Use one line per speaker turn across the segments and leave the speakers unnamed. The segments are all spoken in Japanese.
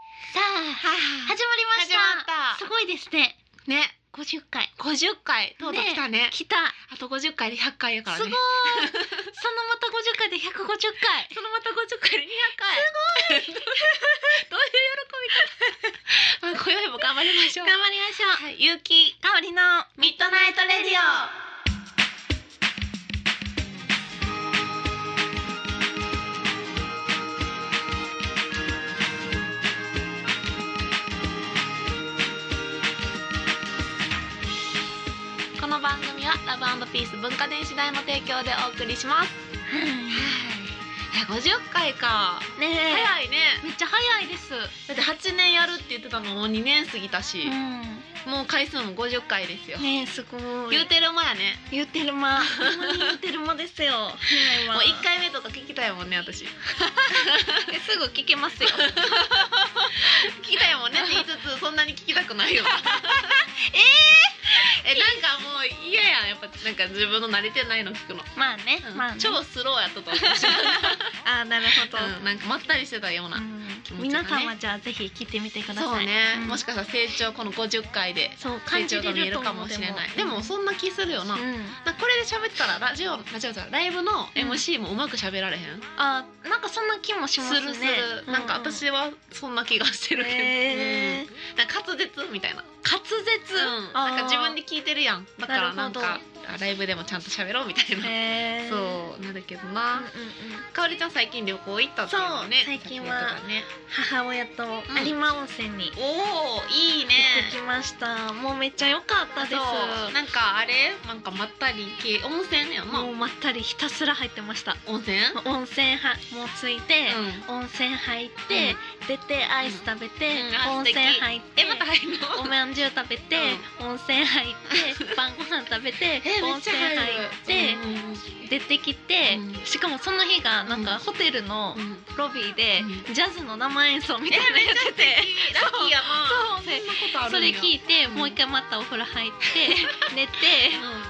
始まりま
はい
した
始まった
すごいですね
ね
50回
50回とうとう来たね
来た
あと50回で100回やから
すご
ね
いそのまた50回で150回
そのまた50回で200回すごいどう いう喜び方まあ今宵も頑張りましょう
頑張りましょう、
はい、ゆうき
香りの
ミッドナイトレディオこの番組はラブピース文化電子代の提供でお送りしますはい50回か
ねえ、
早いね
めっちゃ早いです、
だって8年やるって言ってたのもう2年過ぎたし、もう回数も50回ですよ、
ねえすごい
言うてる間やね
言うてる間ほんまに言うてる間ですよ もう
もう1回目とか聞きたいもんね私
回すぐ聞けます よ
聞きたいもんねって言いつつそんなに聞きたくない よえー、えなんかもう嫌やんやっぱなんか自分の慣れてないの聞くの、
まあね、
うん
まあ、ね、
超スローやったと思うし、
あーなるほど、
うんなんかまったりしてたような、気持ちが
皆
ね
さんはじゃあぜひ聞いてみてください
そうね、
ん
もしかしたら成長この50回で
そう
成
感じ
長が
れ
見え
る
る
と
か
思
も
う
しれないでもそんな気するよな、
うん、
なんかこれで喋ってたらラジオラジオじゃないライブの MC もうまく喋られへん、
あなんかそんな気もしますすね
るする、なんか私はそんな気がしてるけど、
へー
うんなんか滑舌みたいな、
滑舌、
うん、
あー
なんか自分で聞いてるやんだから
なる
なん
ほど
かあライブでもちゃんと喋ろうみたいな、
へー
そうなるけど
うんう
なん
うん、
かおりちゃん最近旅行行ったっていうのね
そう最近は
先ほどからね
母親と有馬温泉に行って
おーいいね
きました、もうめっちゃ良かったです
そうなんかあれなんかまったり系温泉やんな
もうまったりひたすら入ってました
温泉、うん
温泉はもうついて、温泉入って、出てアイス食べて、
うんあ
温泉
素敵
入って
えまた入るの
おまんじゅう食べて、温泉入って晩ご飯食べて温泉入って、
うんうんうん
出てきて、
うん
しかもその日がなん
う
か
ん
ホテルの
うん
ロビーで
う
ジャズの生演奏みたいなのやってて、
ラッキーや
そ
な
う
そんなことあるんや
それ聞いて
うん
もう一回またお風呂入って寝て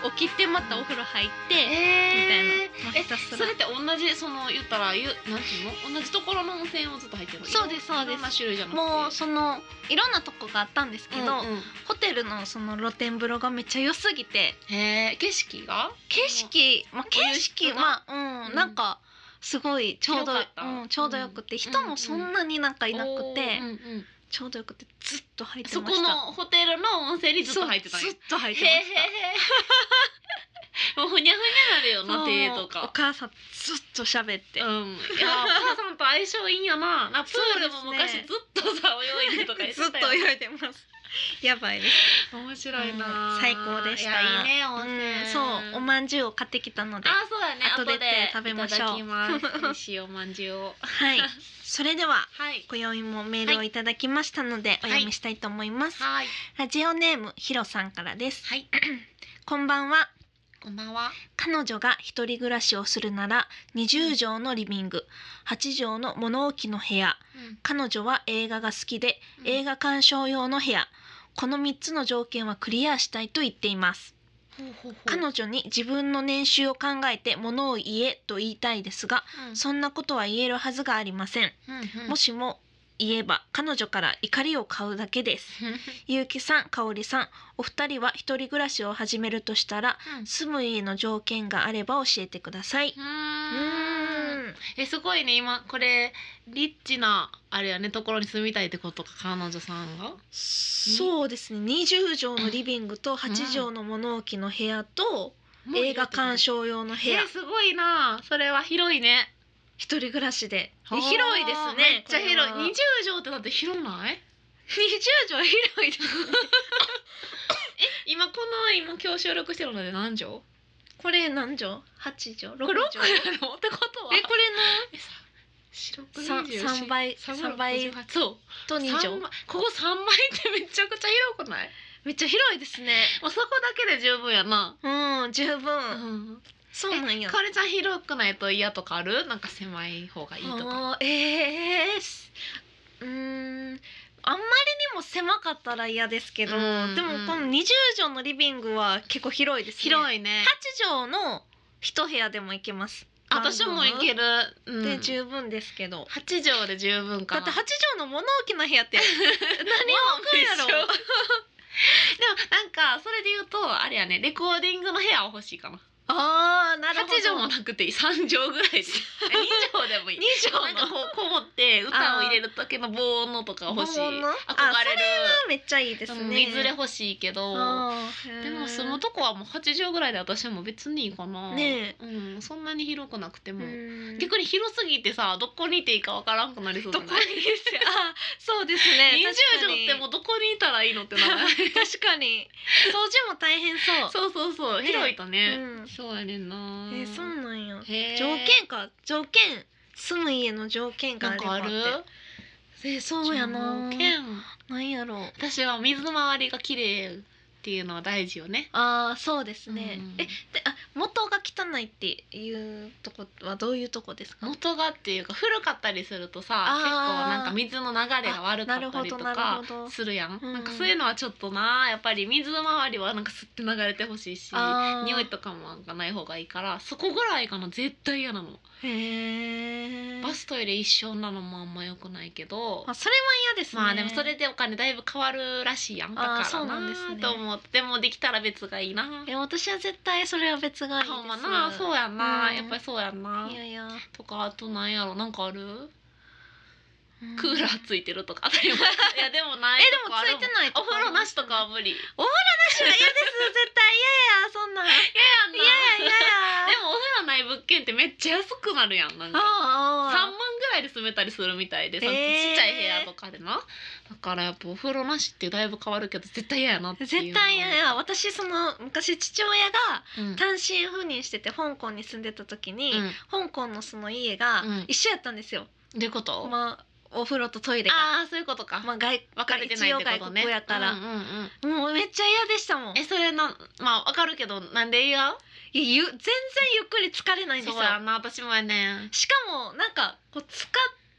うん
起きてまたお風呂入ってみたいな
えー
もう
え
ひたす
そ
ら
れって同じその言ったらゆなんていうの同じところの温泉をずっと入ってるの
そうですそうです
いろんな種類じゃなくて
もうそのいろんなとこがあったんですけど、
うんうん
ホテルのその露天風呂がめっちゃ良すぎて
へえ景色が
景色、まあ、景色は、うん、
うん
なんかすごいちょうど、
広かった
うん、ちょうどよくて、
うん
人もそんなになんかいなくて、
おーうんうん
ちょうどよくてずっと入って
そ
ま
こ
した
のホテルの温泉にずっと入ってたん
そ
や
うずっと入って
へえもうふにゃふにゃなるよ
ま
な
した
手と
もうお
か
母さんずっと喋って、
うん、いやお母さんと相性いいんやななプールも
そうです
昔
ね
ずっとさ泳いでとか言って
ずっと
たよ
泳いでます やばいです、
面白いな、
うん最高でした
いやいいね温泉、
うん、そうおまんじゅうを買ってきたので
あそうだね
後で食べましょう
いただきます美味しいおまんじゅうを
はいそれでは
はい
今宵もメールをいただきましたので、お読みしたいと思います、
はい
ラジオネームひろさんからです
はい
こんばんは
こんばんは
彼女が一人暮らしをするなら20畳のリビング8畳の物置の部屋彼女は映画が好きで映
画
画鑑賞用の部屋この3つの条件はクリアしたいと言っています彼女に自分の年収を考えて物を言えと言いたいですがそんなことは言えるはずがありませんも
し
しも言えば彼女から怒りを買うだけですゆうきさん、かおりさんお二人は一人暮らしを始めるとしたら住む家の条件があれば教えてください。う
うん
ーん
えすごいね今これリッチなあれやねところに住みたいってことか彼女さんが
そうですね20畳のリビングと8畳の物置の部屋と映画鑑賞用の部屋
えすごいなそれは広いね
一人暮らしで
ほー
広いですね
めっちゃ広い
これは
20畳ってだって広ない
20畳広いです
今この今今日収録してるので何畳
これ何畳 ?8 畳
これ
6
6
畳
やろってことは
えこれ
えさ四六
さ
二十
三
四
倍
三
三倍
六そう
のと2
三
畳
倍ここ三倍ってめちゃくちゃ広くない
めっちゃ広いですね
もうそこだけで十分やな
うん十
う
分
ん
そうなんや
かおりちゃん広くないと嫌とかあるなんか狭い方がいいとか
あーえーすうーんあんまりにも狭かったら嫌ですけど、
うんうん
でもこの20畳のリビングは結構広いですねい
広いね
8畳の一部屋でもいけます
あ私もいける、うん、
で十分ですけど、
8畳で十分か
だって8畳の物置の部屋って 何も置くんやろ
まあ一緒 でもなんかそれで言うとあれやねレコーディングの部屋は欲しいかな
ああな
8畳もなくて3畳ぐ らいで2畳でもいい
二畳
なんか
の
こうこもって歌を入れるだけの防音のとか欲しい
防
憧
音のあ
れる
めっちゃいいです
うん
ね
いずれ欲しいけど
あー
でも住
へー
むとこはもう8畳ぐらいで私も別にいいかな、
ね
うん、そんなに広くなくても、
うん
逆に広すぎてさどこにいていいかわからんくなりそうじ
ど
ゃ
こ
な
に
い
あそうですね
20畳ってもうどこにいたらいいのってならない
確かに掃除も大変そう
そうそうそう
ね
広いとね、
うん
そうやねんな
えーそうなんや
へー
条件か条件住む家の条件が
な
あ
ん
れ
か
ば
あ
っ
る
てえーそうやな
条件
なんやろう
私は水回りが綺麗っていうのは大事よね
あーそうですね、
うん
えであ元が汚いっていうとこはどういうとこですか
元がっていうか古かったりするとさ
あー
結構なんか水の流れが悪かったりと
あなる
か
ほどなるほど
するやん
うん
なんかそういうのはちょっとなやっぱり水回りはなんか吸って流れてほしいし
あー
匂いとかもなんかない方がいいからそこぐらいかな絶対嫌なの
へえ
バストイレ一緒なのもあんま良くないけど
あそれは嫌ですね
まあでもそれでお金だいぶ変わるらしいやんだから
あー
な
そうなんですね
と思ってでもできたら別がいいな
え私は絶対それは別がいいです
ほんまなそうやんな、
うん
やっぱりそうやんない
やいや
とかあとなんやろなんかある
うん
クーラーついてるとか当たり前い やでもない
えで
と
も
こあ
つ
る
いてない
お風呂なしとかは無理いや
私は嫌です絶対嫌やそんなん嫌や
いや
嫌や
でもお風呂ない物件ってめっちゃ安くなるやんなんか3
あ
万ぐらいで住めたりするみたいでさ、
へー
ちっちゃい部屋とかでなだからやっぱお風呂なしってだいぶ変わるけど絶対嫌やなっていうのは
絶対嫌や私その昔父親が
うん
単身赴任してて香港に住んでた時に、
うん
香港のその家が
うん
一緒やったんですよ、
どういうこと、
まあお風呂とトイレが
ああそういうことか、
まあ外
分かれてないって
一
こ
応
と
外
ね
国やから、
うんうんうん
もうめっちゃ嫌でしたもん
えそれなまあ分かるけどなんで嫌
いやゆ全然ゆっくり疲れないんです
そ
よ
うやな私もやねん
しかもなんかこう使っ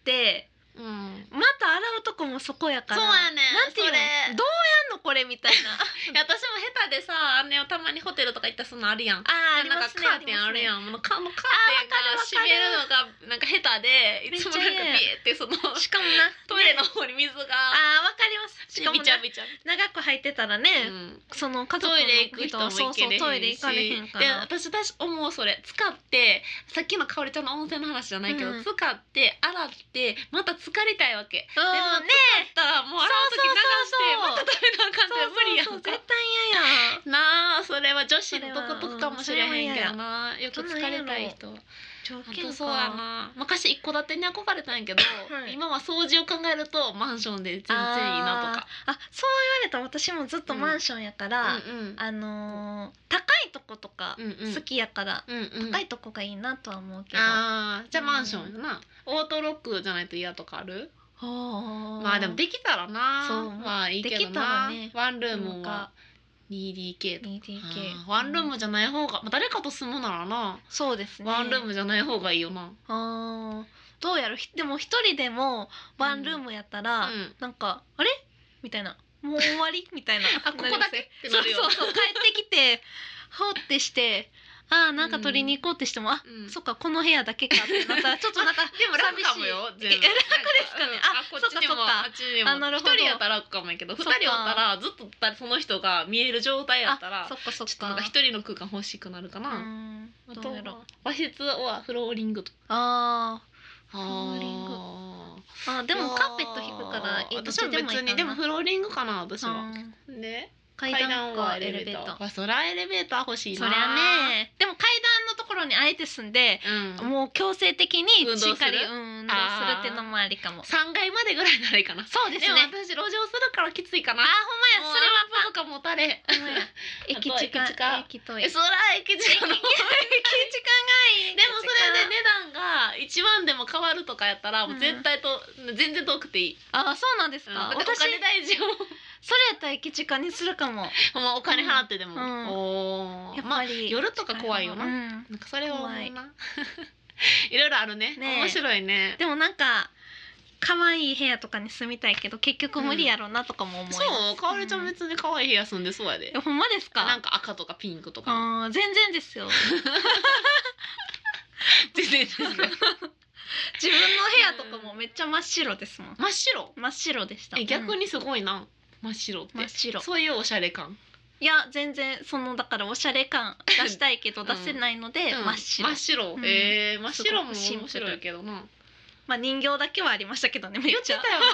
て
うん
また洗うとこもそこやから
そうやねん
なんていうの
それ
どうやんのこれみたいな
いや私も下手でさあんねたまにホテルとか行ったらそん なあるやん
あーあり
なん
ま
か
すね
カーテンあるやんもうカのカーテンが閉めるのがなんか下手でい
めっ
つ
ち
も
ゃ
なんか
嫌や
ビエってその
ありますね しかもな
トイレの
ね
方に水が
あーわかりますしかも
びちゃびちゃ、
な長く入ってたらね、
うん
その家族の
トイレ行く人も
そ
行
う
け
そ
れへ
うん
し
トイレ行かれへんから
で私私思うそれ使ってさっきのかおりちゃんの温泉の話じゃないけど、
うん
使って洗ってまた疲れたいわけ
で
でも
ね
使ったらもう洗う時流して
そうそうそうそう
また食べなあかんって無理や
そうんそうそう
か
絶対嫌や
なあそれは女子の独特かもしれへんけどなよく
それはうんそ
疲
れは嫌や
れたい人
条
あ
件
と
か
そうやな昔一戸建てに憧れたんやけど、
はい
今は掃除を考えるとマンションで全然いいなとか
あーあそう言われたら私もずっとマンションやから、
うんうん
あのー高いとことか
うんうん
好きやから、
うんうん
高いとこがいいなとは思うけど、
あーじゃあマンションやな、オートロックじゃないと嫌とかある
ほう
まあでもできたらな
そう
まあいいけどな
できたらね
ワンルー
な
ム
んか
は 2DK とか
2DK
あーワンルームじゃない方が、まあ、誰かと住むならな
そうですね
ワンルームじゃない方がいいよな、
あーどうやろうひでも一人でもワンルームやったら、
うん
なんかあれみたいなもう終わ りみたいな
あここだけってなるよ
そうそうそう帰ってきてほってしてあーなんか取りに行こうってしても、あ
うん
そっかこの部屋だけかってま たちょっとなんか
でも楽かもよ
寂しい
全部
え楽ですかね
なん
あ
こっちにも
そっか
あっちにも
あなるほど
一人やったら楽かもやけど二
そっ
人
か
おったらずっとだその人が見える状態やったら
あそっかそっ
ちょっと
か
なんか一人の空間欲しくなるか
う
な、
ん
あと
どうやろう
和室はフローリングとか
あ
フ
ローリングーあで
で
もカーペット引くからいいどっ
私も
ちで
別
もいいかな
にでもフローリングかな私は
うん
で
階
階段
段
は
か
エ
エ
レ
レ
ベ
ベー
ータ
ター
ーあそりゃエレベーター欲しい
そ
な
りゃねでも階段のところにあえて住んで、
うん
もう強制的に
運動す
し
る
っかりうん運動するっていうのもありかも
三階までぐらいならいいかな
そうですね
でも私路上するからきついかな
あ
それ
ほんまやそれは
はパとか持たれ
ほんまや
あ
駅
と
近
は駅近
駅遠い
えそら駅近のでも
いでも
そ
それ
れ
で
で
ね
値段が1万でも変わるとかやったらもう絶対と、全然遠くていい、
あそうなんです
うん、
か、
だってお
私それ
金大事よ
やったら駅近にするかも
ほんまお金払ってでも、
うんうん
お
や
ー
っ
まあ
ぱり、
夜とか怖いよな、
うん
なんかそれは思うな
怖い
いろいろあるね
ねえ
面白いね
でもなんか可愛い部屋とかに住みたいけど結局無理やろうなとかも思います、
そうかおりちゃん
うん
別に可愛い部屋住んでそうやで、
えほんまですか
なんか赤とかピンクとか
あー全然ですよ
全然全然
自分の部屋とかもめっちゃ真っ白ですもん
真っ 白
真っ白でした
え逆
うん
にすごいな、真っ白って
真っ白
そういうおしゃれ感
いや全然そのだからおしゃれ感出したいけど
うん
出せないので、
うん
真っ白、
真っ白、
うん
えー真っ白も
すご
面
くシンプル
白いけどな
まあ人形だけはありましたけどねめっ
言っ
ち
てた
ゃ
よな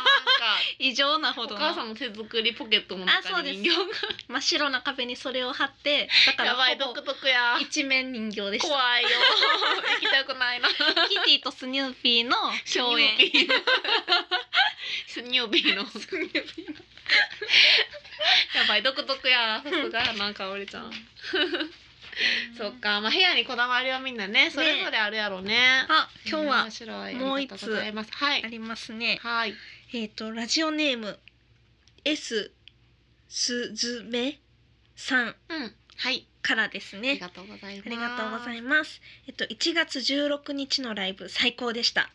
異常なほ
なんか
ど
お
の
母さんの手作りポケットの
あそ
中
うで
に
す
人形
真っ白な壁にそれを貼ってだか
が
ら
やばい
ほぼ
独特や
一面人形でした
怖いよ行きたくないな
キティとスニューピーの共演
スニューピ ーのスニューピーのやばい独特やさすがやなかおりちゃん そっかまあ部屋にこだわりはみんなねそれぞれあるやろうね
あ今日は
面白い
もう
あり
一
が
つ
とございますは
あ
い
りますね
はい
えっ、とラジオネーム S すずめさん
うんはい
からです
あ
ね
りがとうございます
ありがとうござい
ます
ます。えっと1月16日のライブ最高でした。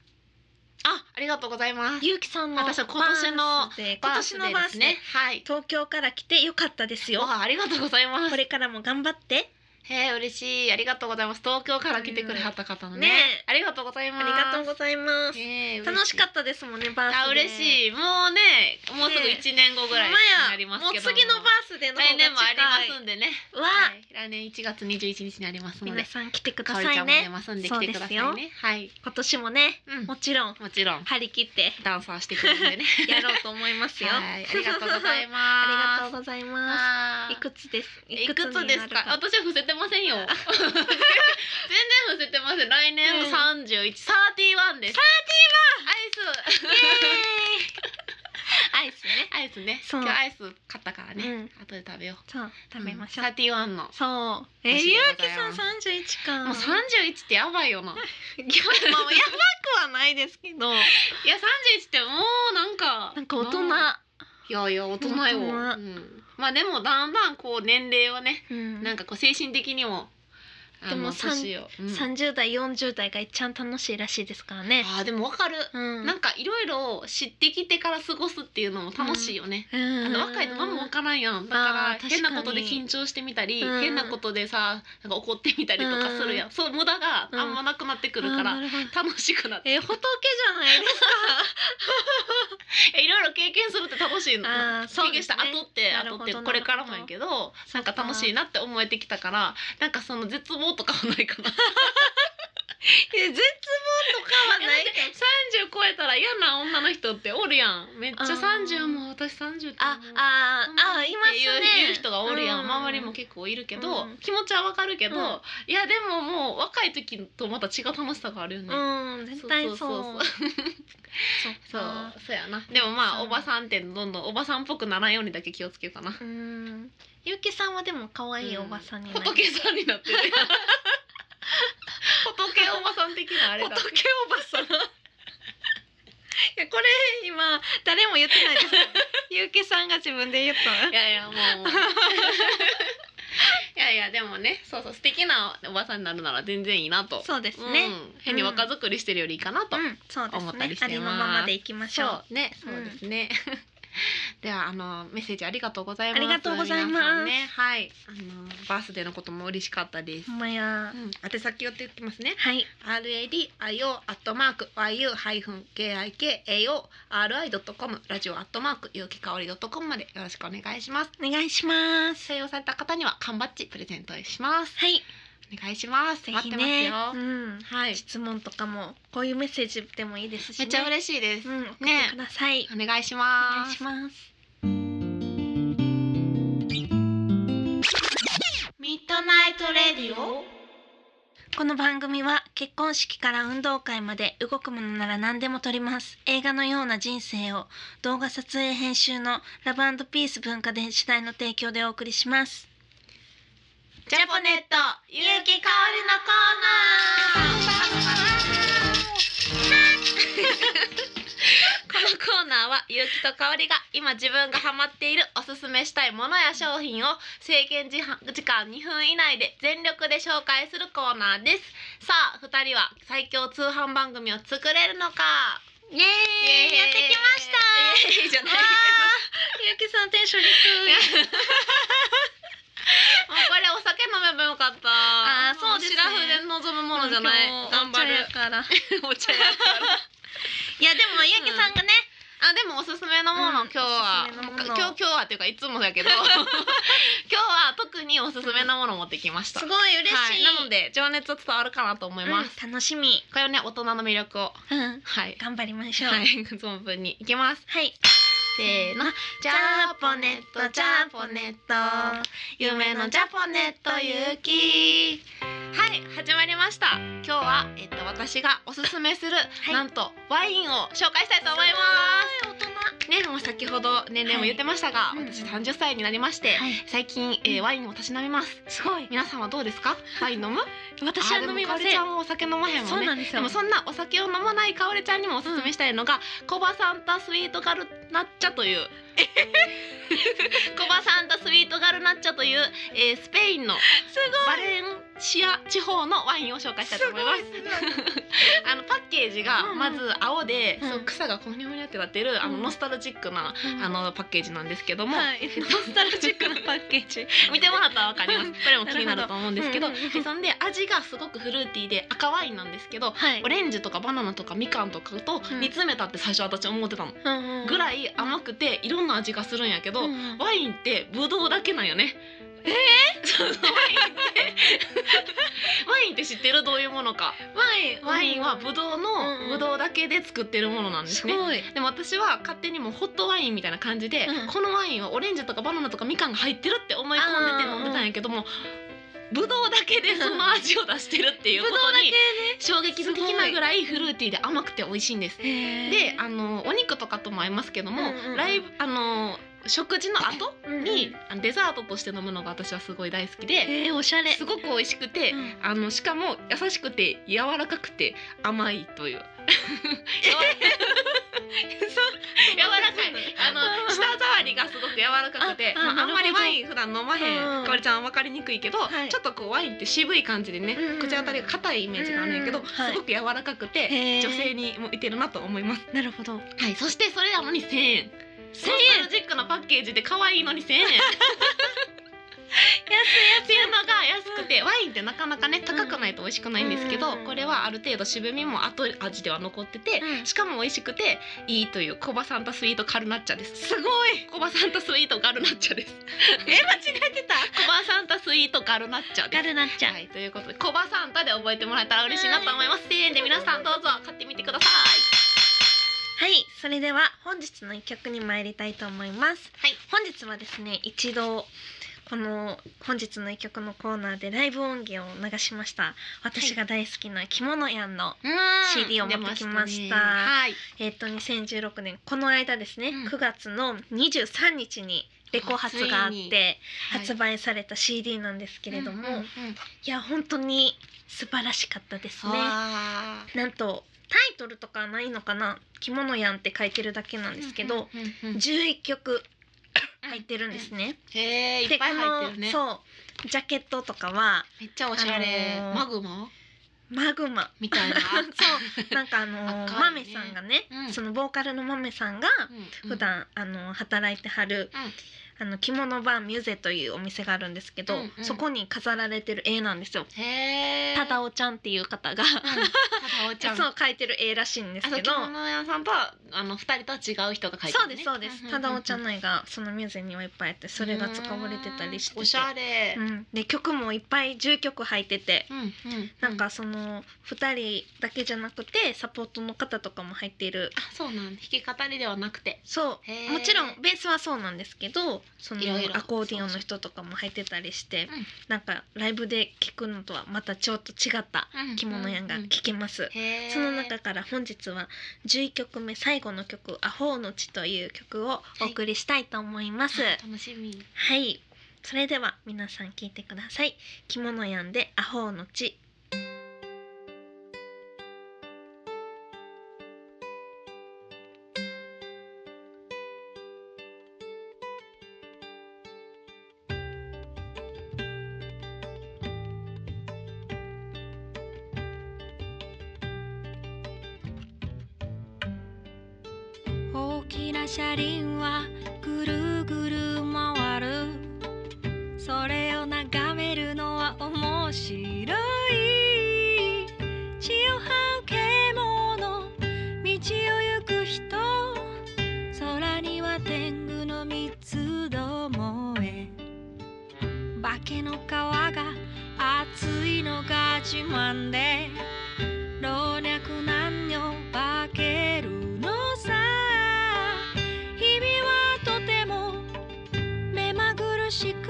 あありがとうございます
ゆうきさん
の
私は今年のバースデー今年のバースデ
バー
ー
スデーですはい
東京から来てよかったですよ。
わあありがとうございま す
これからも頑張って。
へえ嬉しいありがとうございます東京から来てくれはった方のね,、
ねえ
ありがとうござい
あ
ま
り
す
がとうございます。
へえ
楽しか
っ
ったですもんねバースデー。
あ嬉
い。
しいもうねもうすぐ
ねえ
一年後ぐらいになります
もう
けど、
次のバースデーの方が近
来
い。
年もありますんでね
わあ、
はい来年1月21日にありますの
皆
で
さん来てくだ
か
さ
おりちゃ
い
んも出
ね。
ますんで来てくださいね
そうで
はい、
今年もね、
うん、
もちろん
もちろん
張り切って
ダンサーしてくるんでね
やろうと思いますよ。
はいありがとうございます
ありがと
う
うございます。いくつです？
いくつですか
あ
私は伏せてませ んよ全然伏せてません来年
うん
三十一サーティワンですアイス
アイスね。
アイスね
そう
今日アイス買ったから
う
ね
ん
後で食べよう
そう食べましょう。
サーティワンの
そう。え
美味し
ゆ
いで
う
ご
き
ざい
さ
ま
ん
す
三十一か。
もう 三十一ってやばいよな
いやまあやばくはないですけど、
いや三十一ってもうなんか
なんか大人。
いやいや大人よ、
大
う
人
ん、まあでもだんだんこう年齢はね
うん
なんかこう精神的にもあの
でもさん
年をうん
三十代四十代が一番楽しいらしいですからね。
あーでもわかる
うん。
なんかいろいろ知ってきてから過ごすっていうのも楽しいよね。あの若いと何も分からんやんだ
あー
から
確かに
変なことで緊張してみたり
うん
変なことでさなんか怒ってみたりとかするやんそう無駄があんまなくなってくるか
あー
ら
なるほど
楽しくなって
え仏じゃないですか。
えいろいろ経験するって楽しいの
あーそう
経
で
験し
す
た
ね
後って
なる
後
ほ
っ
ど
てこれからもやけどなんか楽しいなって思えてきたからなんかその絶望とかはな いかな
え絶望とかはない
だ。30超え たら嫌な女の人っておるやんめっちゃ
あー
30も私30って
あ
もう
あああいますね
言う言う人がおるやん、周りも結構いるけど、
うん
気持ちはわかるけど、
うん
いやでももう若い時とまた違う楽しさがあるよね、
うん絶対そう
そうそうそう
そ
そうう
か
そうやなでもまあ
そう
おばさんってどんどんおばさんっぽくならんようにだけ気をつけようかな
うんゆうきさんはでも可愛いおばさんになり
仏さんになってる仏おばさん的なあれだ
仏おばさん いやこれ今誰も言ってないです よゆうきさんが自分で言った
いやいやもう いやいやでもねそうそう素敵なおばさんになるなら全然いいなと
そうです
うん
ね、
変に若作りしてるよりいいかなと、
うん、そうです
思った
ね
りして
あ
ます
りのままでいきましょう
うね
うん
そうですね、 ではあのメッセージありがとうございます
ありがとうございます
皆さんねはいあのバースデーのことも嬉しかったです
ほ、んまや
うん、宛先をって言ってますね
はい
RADIO アットマーク YU ハイフン KIKAO RI ドットコムラジオアットマーク有機香りドットコムまでよろしくお願いします
お願いします
採用された方には缶バッジプレゼントします
はい
お願いします
ぜ
待
ひ
ってます
ね
よ、
うん
はい
質問とかもこういうメッセージでもいいですし、
め
ね、
っちゃ嬉しいです、
うん、送ってください、
お願いし
お
ま
願い
す
します
ミッドナイトレディオ
この番組は結婚式から運動会まで動くものなら何でも撮ります映画のような人生を動画撮影編集のラブピース文化電子台の提供でお送りします
ジャポネットゆうきかおりのコーナーこのコーナーはゆうきとかおりが今自分がハマっているおすすめしたいものや商品を制限時間時間2分以内で全力で紹介するコーナーですさあ二人は最強通販番組を作れるのか
イエーイやってきました
イエーイじゃない
あーゆうきさんテンション低い
もうこれお酒飲めばよかった
あーそうです
シ
ね
ラフで望むものじゃない
もう今日
頑張る
お茶やからい
お茶やから
やでもゆうきさんがね、
あでもおすすめのもの、
うん
今日は
おすすめのもの
今日今日はっていうかいつもだけ ど 今日は特におすすめのものを持ってきました
すごい嬉しい、
はいなので情熱は伝わるかなと思います、
うん楽しみ、
これはね大人の魅力を
うん、
はい
頑張りましょう
はい存分にいきます
はい
せーのジ
ジ
ャ
ャ
ポ
ポネ
ネッ
ッ
ト
ト
ジ
ジ
ャ
ャ
ポ
ポ
ネ
ネ
ッ
ッ
ト
ト
夢のジャポネットゆきはい始まりました今日はえっと私がおすすめする、
い
なんとワインを紹介したいと思い
すごい大人
ますねもう先ほど年齢も言ってましたが、
はいうん
私30歳になりまして、
はい
最近、えー
うん
ワインをたしなみます
すごい
皆さんはどうです かワイン飲む
私は飲みま
あーでもかおり
せ
ち
ん
ゃんもお酒飲まへんも
そ
んね
うなんです
で
よ
もそんなお酒を飲まないかおりちゃんにもおすすめしたいのが、コバサンタスイートガルナッチャ というコバサンタスイートガルナッチャという、えースペインの
す
バレンシア地方のワインを紹介したいと思いますあのパッケージがまず青で、
うん
そう草がこにょこにょってなってる、あの
うん
ノスタルジックな、あのパッケージなんですけども、
はいノスタルジックなパッケー ジ
見てもらったらわかりますこれも気になると思うんですけど
なるほど
はいそんで味がすごくフルーティーで赤ワインなんですけど
はい
オレンジとかバナナとかみかんとかと
うん
煮詰めたって最初私思ってたの、ぐ
ぐい
らい甘くていろんな味がするんやけど、ワインってブドウだけなんよねえー、 そうワインってワインって知ってるどういうものか
イン
ワインはブドウ
うんうん
のブドウだけで作ってるものなんです
す
ね
ごい
でも私は勝手にもうホットワインみたいな感じで、
うん
このワインはオレンジとかバナナとかみかんが入ってるって思い込んで
あ
て
ー
飲んでたんやけども、ぶどうだけでその味を出してるっていうことに衝撃的なぐらいフルーティーで甘くて美味しいんです。
でね
であのお肉とかとも合いますけども、
うんうんうん
ライブあの食事の後
うん
に、あのデザートとして飲むのが私はすごい大好きで、
えーおしゃれ
すごく美味しくて、
うん
あのしかも優しくて柔らかくて甘いという 柔ら柔らかいあの舌触りがすごく柔らかくて
ああ
まあ、あんま
な
り
るほど
ワイン普段飲まへ
うん
んかおりちゃんは分かりにくいけど、
はい
ちょっとこうワインって渋い感じでね、
うんうん
口当たりが硬いイメージがあるんやけど、
うんはい
すごく柔らかく
へ
て
ー
女性に向いてるなと思います、
なるほ ど
はい、そしてそれなのに1000円
1000
ノスタルジックなパッケージで可愛いのに1000円安いっていうのが安くてワインってなかなかね高くないと美味しくないんですけど、
うん
これはある程度渋みも後味では残ってて、
うん
しかも美味しくていいというコバサンタスイートカルナッチャです
すごい
コバサンタスイートガルナッチャです
え間違えてた
コバサンタスイートガルナッチャで
ガ
す
ルナッチャ
はいということでコバサンタで覚えてもらえたら嬉しいなと思います1000円で皆さんどうぞ買ってみてください
はい、それでは本日の一曲に参りたいと思います。
はい、
本日はですね、一度この本日の一曲のコーナーでライブ音源を流しました。私が大好きな着物やんの、
うん
CD を持ってきました
出ねはい
えっ、と2016年この間ですね、
うん
9月の23日にレコ発があっ
あついに
て発売された CD なんですけれども、
うんうんうん
いや本当に素晴らしかったですね。
あー
なんとタイトルとかはないのかな、着物やんって書いてるだけなんですけど。
うんうんうんうん
11曲入ってるんですね。
へえい
で
っぱい入ってるね
このそうジャケットとかは
めっちゃおしゃれ、
あのー
マグマ
マグマ
みたいな
そうなんかあの
赤いね
マメさんがね、
うん
そのボーカルのマメさんが
うん
普段、あの働いてはる、あの着物バーミュゼというお店があるんですけど、
うんうん
そこに飾られてる絵なんですよ。
うんへえ
ただ
お
おちゃんっていう方が、
ただおちゃ ん
そう描いてる絵らしいんです
あそう
けど
着。物屋さんとはあの二人とは違う人が書いて
そ
る、
うで
ね、
すそうです。ただおちゃんの絵がそのミュゼにはいっぱいあってそれが使われてたりしてて
おしゃれ、
うん、で曲もいっぱい10曲入ってて、
うんうん
なんかその2人だけじゃなくてサポートの方とかも入っている
あそうなんだ弾き語りではなくて
そ
へ
う
ー
もちろんベースはそうなんですけどその
いろいろ
アコーディオンの人とかも入ってたりして
そうそううん
なんかライブで聴くのとはまたちょっと違った着物やんが
うんうん
聴けます。
へー
その中から本日は11曲目最後の曲「アホーの血」という曲をお送りしたいと思います。
あ楽しみ
はい、それでは皆さん聞いてください。着物やんでアホの血。
大きな車輪はぐるぐる回るそれを眺めるのは面白い血をはう獣道を行く人空には天狗の三つどもえ化けの皮が熱いのが自慢で老若男女化けるのさ日々はとても目まぐるしく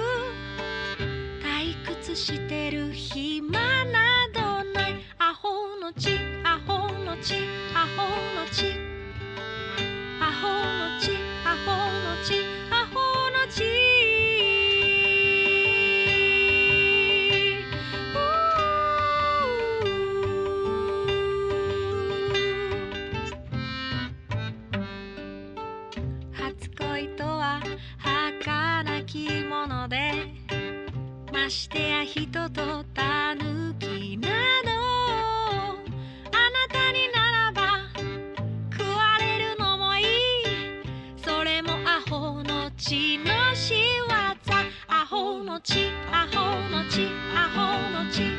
退屈してる暇などないアホの血アホの血アホの血アホの血アホの血アホの血初恋とは儚きものでましてや人とたぬきなどあなたにならば食われるのもいいそれもアホの血の仕業アホの血アホの血アホの血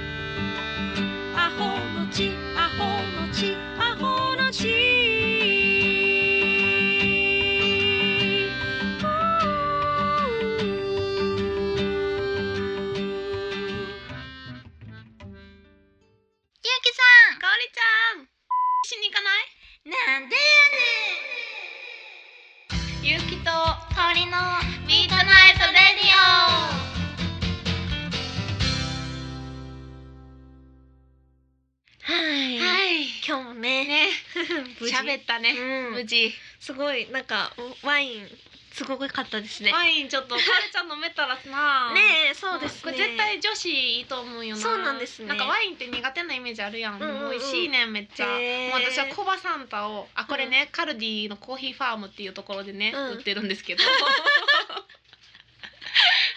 アホの血アホの血アホの血
ゆうきさんかおりちゃんしに行かないなんでやねんゆうきとかおりのミートナイトレディ
はい、
オはい
今日もね
ね
無事
喋ったね、
うん
無事
すごいなんかワインすごかったですね
ワインちょっとかおりちゃん飲めたらな
ねえそうです
こ
ね
れ絶対女子いいと思うよな
そうなんですね
なんかワインって苦手なイメージあるやん、
んうんうん
美味しいねんめっちゃも
へー
う私はコバサンタをあこれね、カルディのコーヒーファームっていうところでね、
うん
売ってるんです けど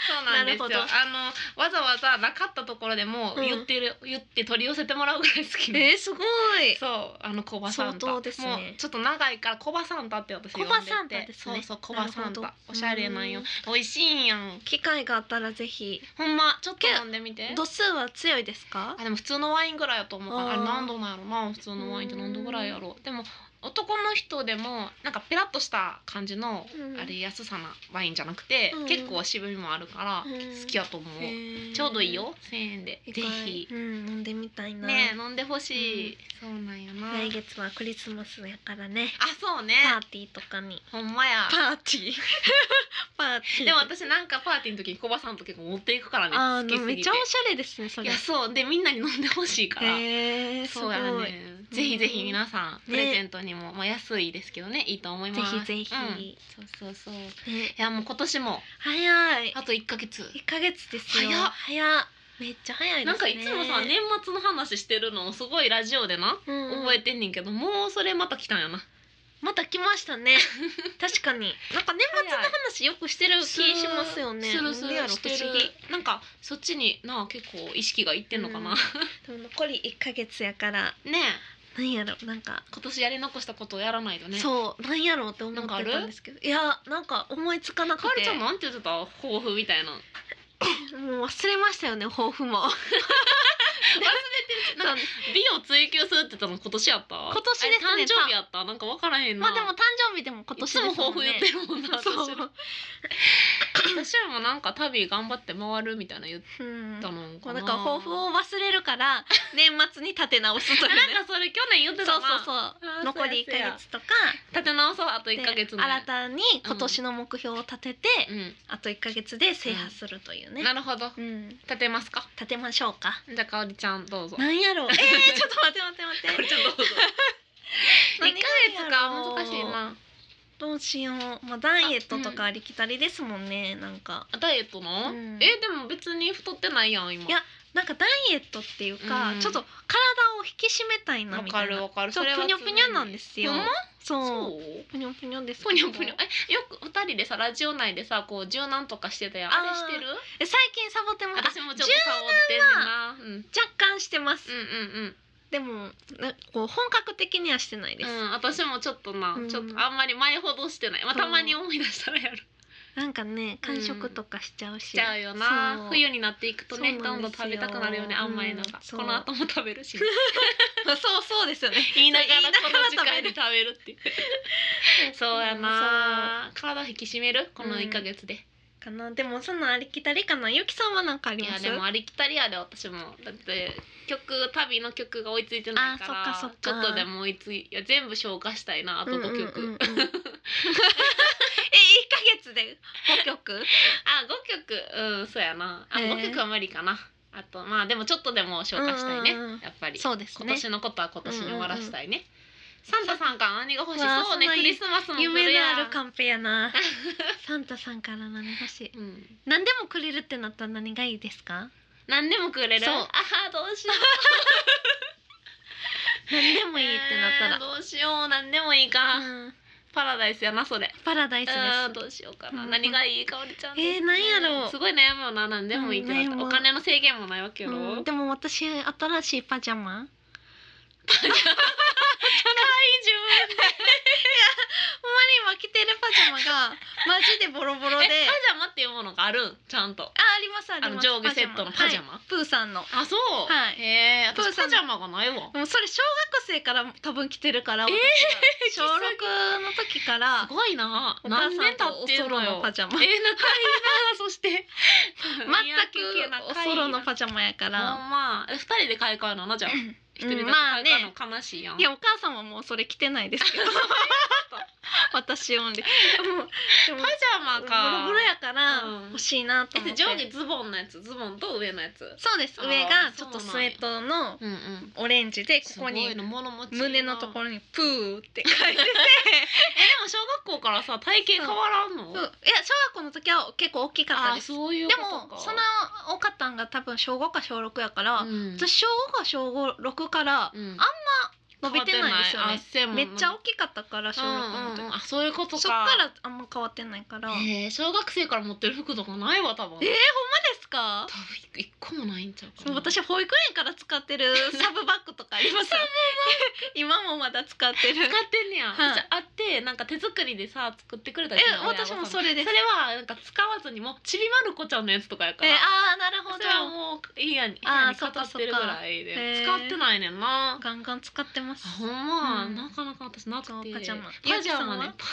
そうなんですよ
なるほど
あのわざわざなかったところでも
うん
言ってる、言って取り寄せてもらうぐらい好きな
えー、すごい
そうあのコバサンタ
相当ですね
もうちょっと長いからコバサンタって私呼んでて
コバサンタですね
そうそうコバサン
なる
タ
ほど
おしゃれなんよ美味しいんやん
機会があったらぜひ
ほんまちょっと飲んでみて
度数は強いですか
あでも普通のワインぐらいやと思うから
あー
あれ何度なんやろな普通のワインって何度ぐらいやろでも男の人でもなんかペラッとした感じの、
うん
あれ安さなワインじゃなくて、
うん
結構渋みもあるから、
うん
好きやと思う、
へー
ちょうどいいよ1,000円で
意
ぜ
外
ひ
うん、飲んでみたいな、
ねえ飲んでほしい、そうなんやな
来月はクリスマスやからね
あそうね
パーティーとかに
ほんまや
ーティー パーティー
でも私なんかパーティーの時に小バさんと結構持っていくからね
あ
好き
ー
す
め
ぎ
ってちゃおしゃれですねそ
い
れ
やそうでみんなに飲んでほしいから
へーす
そ
ご
う
い
やね。ぜひぜひ皆さん、プ
ね
レゼントにも、まあ安いですけどね、いいと思います。
ぜひぜひ
うんそうそうそう。い
ね
やもう今年も
早い
あと一ヶ月。
一ヶ月ですよ
早っ
早っめっちゃ早いですね
なんかいつもさ年末の話してるのをすごいラジオでな
うんうん
覚えてんねんけど、もうそれまた来たんやな。
また来ました ね確かになんか年末の話よくしてる気しますよね
するす
なん
る
でやろ
して
不
る
思議。
なんかそっちにな結構意識がいってんのかな。
でも残り一ヶ月やから
ね
なんやろなんか、
今年やり残したことをやらないとね。う。
そうなんやろうって思ってたんですけどいやなんか思いつかなく
かおり
て
ちゃんなんて言ってた抱負みたいな。忘
もう忘れましたよね抱負も
れてる。なんか美を追求するって言ったの今年やった今
年ですね
誕生日やったなんか分からへんな
まあでも誕生日でも今
い
年
つも抱負言ってるもんな私
そう
ら私らもなんか旅頑張って回るみたいな言っ
うん
たの
こ
か
う
な
なんか抱負を忘れる から年末に立て直すというね
なんかそれ去年言って
そう
た
そう
なう
そう
ー
残り一
そうや
ヶ月とか
立て直そうあと
で
1ヶ月の
新たに今年の目標を立てて、
う
あと1ヶ月で制覇するというんね
ん、なるほど
うん
立てますか
立てましょうか
じゃあかおりちゃんどうぞ
なんや ろうえー、ちょっと待って待って待って
りちゃんどうぞ
何
1
が
ヶ月
やろ
か
う
難しいな
どうしよう、まあ、ダイエットとかありきたりですもんね、なんか
ダイエットの、
うん
えでも別に太ってないやん今
いやなんかダイエットっていうか、
うん
ちょっと体を引き締めたいな
わ
み
か
たい
る
な
わかる
ちょっと
は
ぷにょぷにょなんですよ
ほんま
そう
そう
ぷにょぷにょですけど
ぷにょぷにょえよく二人でさラジオ内でさこう柔軟とかしてたやん
あ
あ
ー
れしてる
え最近サボってます
私もちょっとサボってんねんな、うん、うん
じゃ若干してます、
うんうん
でもなこう本格的にはしてないです、
うん私もちょっとな、
うん
ちょっとあんまり前ほどしてないまあ
そう
たまに思い出したらやる
なんかね完食とかしちゃうし、
しちゃうよな
そう
冬になっていくとね
そう
ど
なんん
ど
ですよ
ん食べたくなるよね甘いの
う
が
ん、そう
この後も食べるし
まあ そうそうですよね
言いながら
言いな
こ
が
の
ら
時間に
食
食べるっていうそうやな体引き締めるこの
うん
1ヶ月で、
かなでもそのありきたりかなゆきさんはなんかあり
い
ま
や
す
でもありきたりやで私もだって曲旅の曲が追いついてないから
あそっかそっか
ちょっとでも追いついいや全部消化したいなあと5曲、
うんうんうんうん
あ
え一ヶ月で五曲
5曲うんそうやなあ
へえ
5曲は無理かなあとまあでもちょっとでも消化したいね、
うんうんうん
やっぱり
そうです
今
ね
年のことは今年に終わらしたいね、サ
ん
ンタさんから何が欲しいそうね
わあそんな
クリスマスも来る
夢の
やん
あるカンペやなサンタさんから何欲しい
うん
何でもくれるってなったら何がいいですか
何でもくれる
そう
あーどうしよう
何でもいいってなったら、
えーどうしよう何でもいいか、
うん
パラダイスやなそれ
パラダイスで
あー
す
どうしようかな、
うん
何がいいかおりちゃん
えーなんやろう
すごい悩むよな何でもいいってなったら
うん悩む
お金の制限もないわけよ、
うん、でも私新しいパジャマほんまに今着てるパジャマがマジでボロボロで
えパジャマっていうものがあるんちゃんと
あありますあり
あの
ます
上下セットのパジャマ
はいプーさんの
あそう
はい
へえ
プー
私
さ
パ
ん
ジャマがないわ
もうそれ小学生から多分着てるから、
えー
私が小六の時から
すごいな
お母
何
さ
年
ん
経
と
っ
お
てる
そろ
の
の
よえ
パ
ー
ジャマ
仲
全
いいな そして全
くおそろのパジャマやから、
ほんまえ二人で買い替えのなじゃあ一人だけ買い替えの悲しいやん、
いやお母さんはもうそれ着てないです けど私オンリーもうでも
パジャマ
ボ
か
ロボロやから
うん
欲しいなと思
え
って、
上下ズボンのやつズボンと上のやつ
そうです
あー
上がちょっと
そう
スウ
なんや
ェットの
うんうん
オレンジでこ
す
こ
ごい
に
の物持ちいいな
胸のところにプーって書いてて
えでも小学校からさ体型変わらん の
そういや小学校の時は結構大きかった
あ
です
そういう
で
ことか
もその多かったんが多分小5か小6やから、
うん
私小5か小56から
うん
伸びてないですよね、
変わってないあ背も
めっちゃ大きかったから小6の時、
うんうんうんあそういうことか
そっからあんま変わってないから、え
えー小学生から持ってる服とかないわ多分
えーですか
多分一一個もないんちゃうか
そう
な
私保育園から使って るサブバッグとかありますよ今もまだ使ってる
使ってんねや、
はい
じゃああってなんか手作りでさ作ってくれたじゃん
え
親御
私
さん
もそれです
それはなんか使わずにもうちびまる子ちゃんのやつとかやか
え
ら、
ー、あーなるほ
それは
ど
もういいやにいい
あー
やに飾ってるぐらい
そ
で、
っかそっか
使ってないねんな
ガンガン使ってます
あほんま、
うん
なかなか私なくて
そうパジャマ
パジャマね
ゆう
パ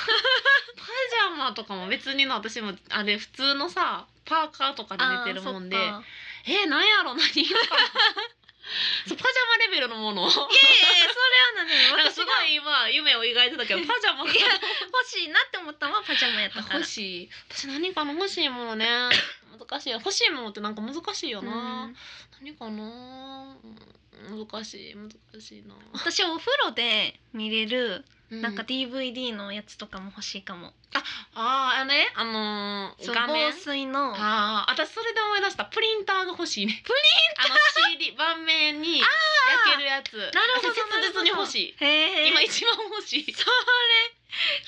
パジャマとかも別にな私もあれ普通のさパーカーとかで寝てるもんで
あーそっか
えー、なんやろ何 言うかなそうパジャマレベルのもの なん
い
か
やいやそれはなのよ
す
私
ご
が
い今夢を描いてたけ どパジャマが
いや欲しいなって思ったのはパジャマやったから
欲しい私何かの欲しいものね難しい欲しいものってなんか難しいよな、
うん
何かなうん難しい難しいな、
私お風呂で見れるなんか
う
DVD のやつとかも欲しいかも、
あああれあのー
そう
画面
防水のあ
ああ私それで思い出したプリンターが欲しいねプリンターあの CD 盤面に焼けるやつな
なるほどなるほ
切
ど
実に欲しい
へえ今
今一番欲しい
それ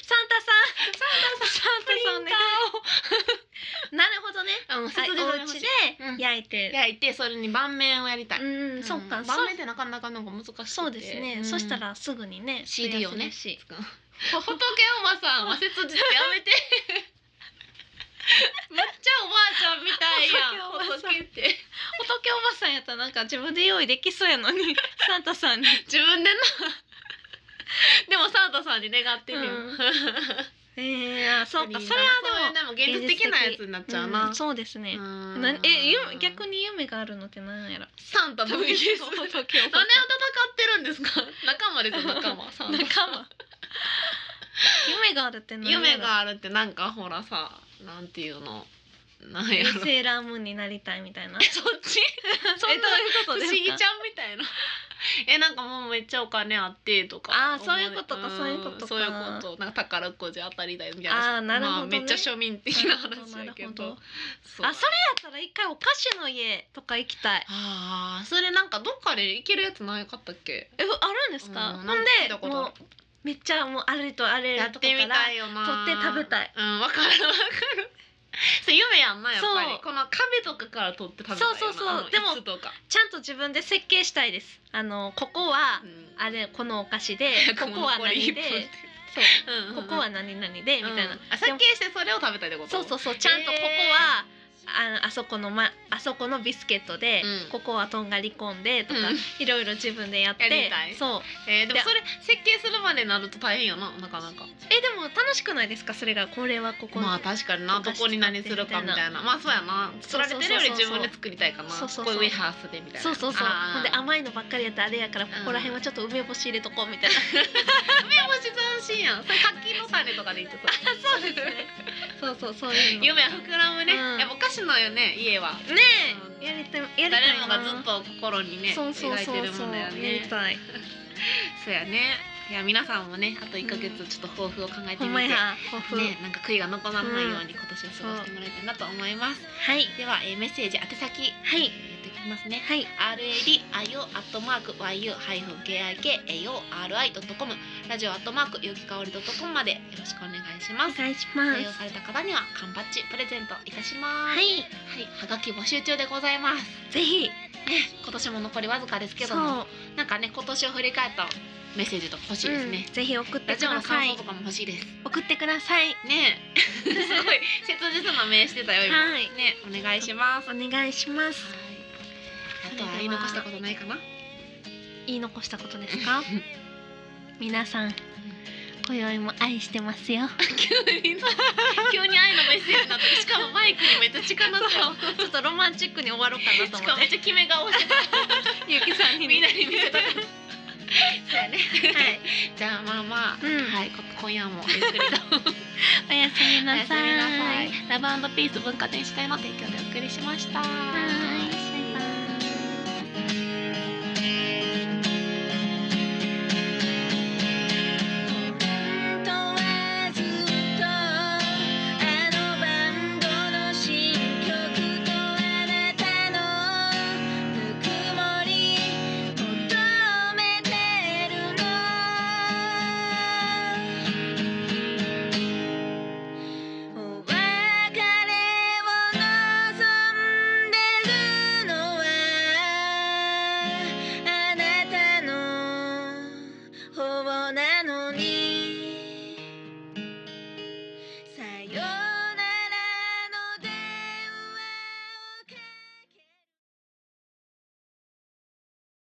サンタさんサンタさんサンタさんねなるほどね
ターを、うん、切
はい
実に
お
欲
家
しいうん
で焼いて
焼いてそれに盤面をやりたい、
うん、
ん
そっかそ
盤面ってなかなかなんか難しくて
そうですね、
うん
そしたらすぐにね
CD を
増やせ
ね
るし
仏おばさんは切実や めてめっちゃおばあちゃんみたいやん
仏おばさん
仏って
仏おばさんやったらなんか自分で用意できそうやの にサンタさんに
自分でなでもサンタさんに願ってみよ
うんえー、あそうかそれはでも
もでも現実的なやつになっちゃう
う、
なん
そうですね、
な
なえゆ逆に夢があるのってなんやろ
サンタのイギリス何を戦っ
東京
てるんです か仲間ですよ仲間サンタ
仲 間夢があるってなんやろ
夢があるってなんかほらさなんていうのなんやろ
セーラームーンになりたいみたいな
そっちそ
え
んな
ど
不
ういうことです
思
か
議ちゃんみたいな えなんかもうめっちゃお金あってとか
あーそういうことか
ん
そういうことか
そういうことなんか宝くじ当たりだよみたいな
あーなるほどね
まあ、めっちゃ庶民的な話
な
や
る
け
ほ
ど
ど
う
あそれやったら一回お菓子の家とか行きたい
あーそれなんかどっかで行けるやつなかったっけ
えあるんですか
うん
ほん
なんか聞いた
で
ことあ
もう
る
めっちゃもうあれとあれ
や
る
っ
とこ
てみ
から
たいよな
取って食べたい
うんわかるわかるそう夢やんなやっぱ
そ
り
う
この壁とかから取って食べたいよな
そうそうそう
あの
でも
椅子とか、
ちゃんと自分で設計したいですあのここは
うん
あれこのお菓子でここは
早くも残り
何
一分
でそう
うん
ここは何々でみたいな、
うんあ設計してそれを食べたいってこと
そうそうそうちゃんとここは、あのあそこのまあそこのビスケットで、
うん
ここはとんがり込んでとか、
うん
いろいろ自分でやって
やりたい
そう
えーでもそれ設計するまでになると大変よななかなか
えでも楽しくないですかそれがこれはここの、
まあ確かにな
お
ど
菓子
こに何するかみたいなまあそうやな
そ
作
う
ら
そうそうそ
れ
う
てるより自分で作りたいかな
そうそうそう
こういうウェハースでみたいな
そうそうそうほんで
あ
甘いのばっかりやったらあれやからここら辺はちょっと梅干し入れとこうみたいな、
ー梅干し斬新やんそれ柿の種とかでいいってさそうですね
そうそうそういうのね
夢は膨らむね、
うん
やっぱお菓子のよね家は
えやりたいやりたい
誰も
な
がずっと心にね
そうそうそう
描いてる
そ
も
う、
んだ
や
よ
り
ね
たい
そうやねいや皆さんもねあと1か月ちょっと抱負を考えて
ほん
み
ま
て、
や
ね
抱負、
なんか悔いが残らないように今年を過ごしてもらいたいなと思います、
はい
では、えーメッセージ宛先
はい
言ってきますね。
はい
radio アットマーク yu ハイフン kikaori ドットコムラジオアットマークゆきかおりドットコムまでよろしくお願いしま
お
す。
願いしま
採用
す
された方には缶バッジプレゼントいたしま
は
す。はい、
い
はがき募集中でございます。
ぜひ
ね、今年も残りわずかですけ
そ
ども、
う
なんかね今年を振り返ったメッセージとか欲しいですね。
うんぜひ送って
ラ
く
ジオ
だ
の
さい
感想とかも欲しいです。
送ってください
ねえ、すごい切実な名してたよ今。
はい
ねお願いします。
お願いしま
は
す
いあとは言い残したことない かな。
言い残したことです か皆さん今宵も愛してますよ
急に愛のメッセージになってしかもマイクにめっちゃ近なったよ
ちょっとロマンチックに終わろうかなと
し
思
か
っ
もめってちゃ決め顔してた
ゆきさんに
みんな
ね
に見せたかった そうやね、
はい、
じゃあまあまあ、
うん
はいこ今夜もゆっくりと
おやすみ
お
な
やすみ
さ
なさ
い
いラブピース文化電子隊の提供でお送りしました
い